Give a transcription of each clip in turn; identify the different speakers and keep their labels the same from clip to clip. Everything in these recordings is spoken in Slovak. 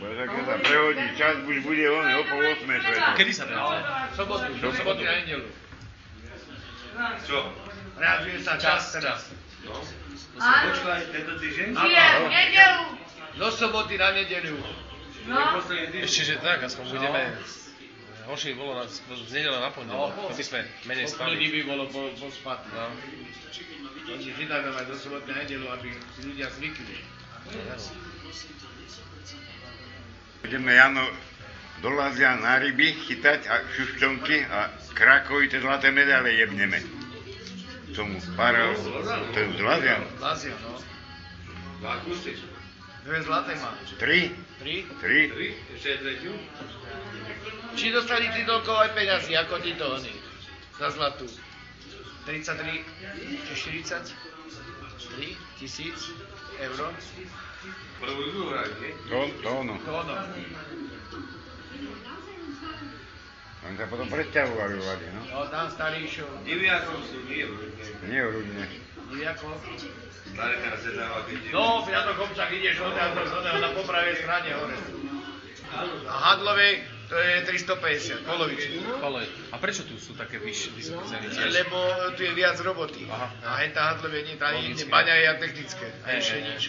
Speaker 1: Bo tak za prehodí čas, už bude on o po 8 svetlo.
Speaker 2: Kedy sa vrátime?
Speaker 3: Sobotu.
Speaker 1: Sobotu.
Speaker 3: Sobotu na nedelu.
Speaker 2: Čo?
Speaker 3: Reaguje sa čas teraz.
Speaker 4: Áno,
Speaker 5: Počula aj tento týždeň?
Speaker 4: nie, v nedelu.
Speaker 3: Do soboty na nedelu.
Speaker 4: No,
Speaker 5: Posledný týždeň.
Speaker 2: Ešte, že tak, aspoň budeme... Hoši, bolo nás z nedele na pondelok,
Speaker 3: No.
Speaker 2: aby sme menej
Speaker 3: Popoludní
Speaker 2: spali.
Speaker 3: by bolo po, po spatí.
Speaker 2: No.
Speaker 3: Takže vydáme mať do soboty na nedelu, aby si ľudia zvykli.
Speaker 1: Ideme Jano dolazia na ryby chytať a šušťonky a krakovité zlaté medaile jebneme. Tomu pár, to je zlazia.
Speaker 3: Lazia, no.
Speaker 5: Dva kusy.
Speaker 3: Dve zlaté má.
Speaker 1: Tri,
Speaker 3: Tri.
Speaker 1: tri,
Speaker 5: Tri, ešte aj tretiu.
Speaker 3: Či dostali ty toľko aj peňazí, ako ti to oni? Za zlatú. 33 či 40? 3 tisíc eur.
Speaker 5: Prvú idú hrať, nie?
Speaker 1: to, to no. ono.
Speaker 3: To ono.
Speaker 1: On sa potom presťahovali v vade, no.
Speaker 3: No, tam starý išiel.
Speaker 5: Diviakom sú, nie v Rudne.
Speaker 1: Nie v Rudne.
Speaker 3: Nejako.
Speaker 5: Staré teraz se dáva keď je.
Speaker 3: No, Piatokom však ideš od nás do oného na popravej strane hore. A Hadlovej to je 350, polovičný.
Speaker 2: Ale, a prečo tu sú také vyš, vysoké ceny?
Speaker 3: Lebo tu je viac roboty.
Speaker 2: Aha.
Speaker 3: A hen tá Hadlovej nie, tá jedne
Speaker 2: Logicky.
Speaker 3: baňa je a technické. A
Speaker 2: Hej,
Speaker 3: ešte
Speaker 2: hej,
Speaker 3: nič.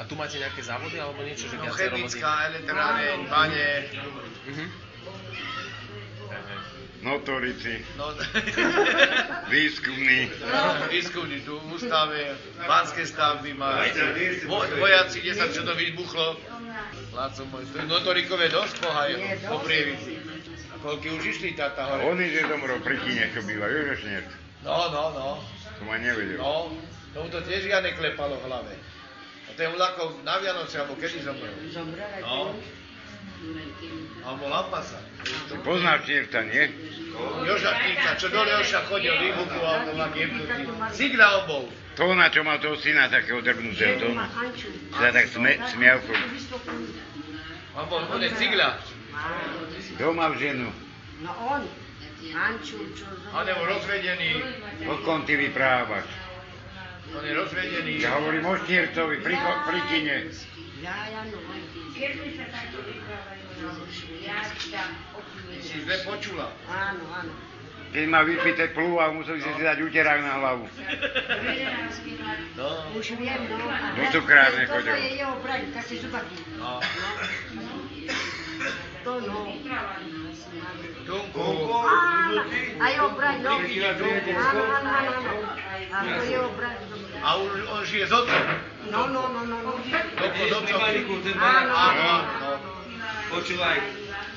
Speaker 2: A tu máte nejaké závody alebo niečo, že
Speaker 3: No,
Speaker 2: viacej roboty?
Speaker 3: chemická, elektráreň, bane,
Speaker 2: Mhm.
Speaker 1: Notorici,
Speaker 3: no,
Speaker 1: výskumní.
Speaker 3: výskumní tu v ústave, banské stavby má, vo, vojaci, kde sa čo to vybuchlo. Láco môj, no, to je notorikové dosť pohajú, po prievici. Koľky už išli táta hore?
Speaker 1: Oni, že tam ro prikine, čo býva, vieš, že nie.
Speaker 3: No, no, no,
Speaker 1: To ma nevedel.
Speaker 3: no, tomu to tiež ja neklepalo v hlave. A ten vlakov na Vianoce, alebo kedy zomrel? No. Alebo Lampasa.
Speaker 1: Ty poznáš Čirta, nie?
Speaker 3: Joža Kýka, čo dole Joža chodil, vybuchoval to vlak jebnutý. Signál bol.
Speaker 1: To, na čo mal toho syna takého drbnutého, to ono. Sa tak sme, smial.
Speaker 3: On bol, on je cigla.
Speaker 1: Doma v ženu.
Speaker 6: No on, Hanču, čo
Speaker 3: On je rozvedený,
Speaker 1: O kom ty vyprávaš?
Speaker 3: on je rozvedený.
Speaker 1: Ja hovorím o Čirtovi, pri, ko- pri kine.
Speaker 6: Ja, ja, no, Jedni sa takto vyprávajú. Ja, ja,
Speaker 3: Si zle počula.
Speaker 6: Áno, áno.
Speaker 1: Keď ma vypite plúva, musel si si dať úterák na hlavu.
Speaker 3: No,
Speaker 6: Už viem, no. a
Speaker 1: No
Speaker 6: tak-
Speaker 1: to krásne
Speaker 6: toto
Speaker 1: chodil.
Speaker 6: je jeho brat, taký zubaký.
Speaker 3: no.
Speaker 6: To no.
Speaker 3: Tunku.
Speaker 5: Koľko?
Speaker 6: Á, A jeho brat, no.
Speaker 5: Ty si na to jedeš,
Speaker 6: Áno,
Speaker 5: no?
Speaker 6: áno, áno, áno. A to je jeho brat. no.
Speaker 3: A on, on žije s otcom.
Speaker 6: No, no, no, no, no.
Speaker 3: Dopo,
Speaker 5: Vidíš,
Speaker 3: dopo.
Speaker 5: Mimariku, ten barák.
Speaker 6: Áno, áno,
Speaker 3: Áno,
Speaker 6: áno.
Speaker 3: no.
Speaker 5: Počúvaj,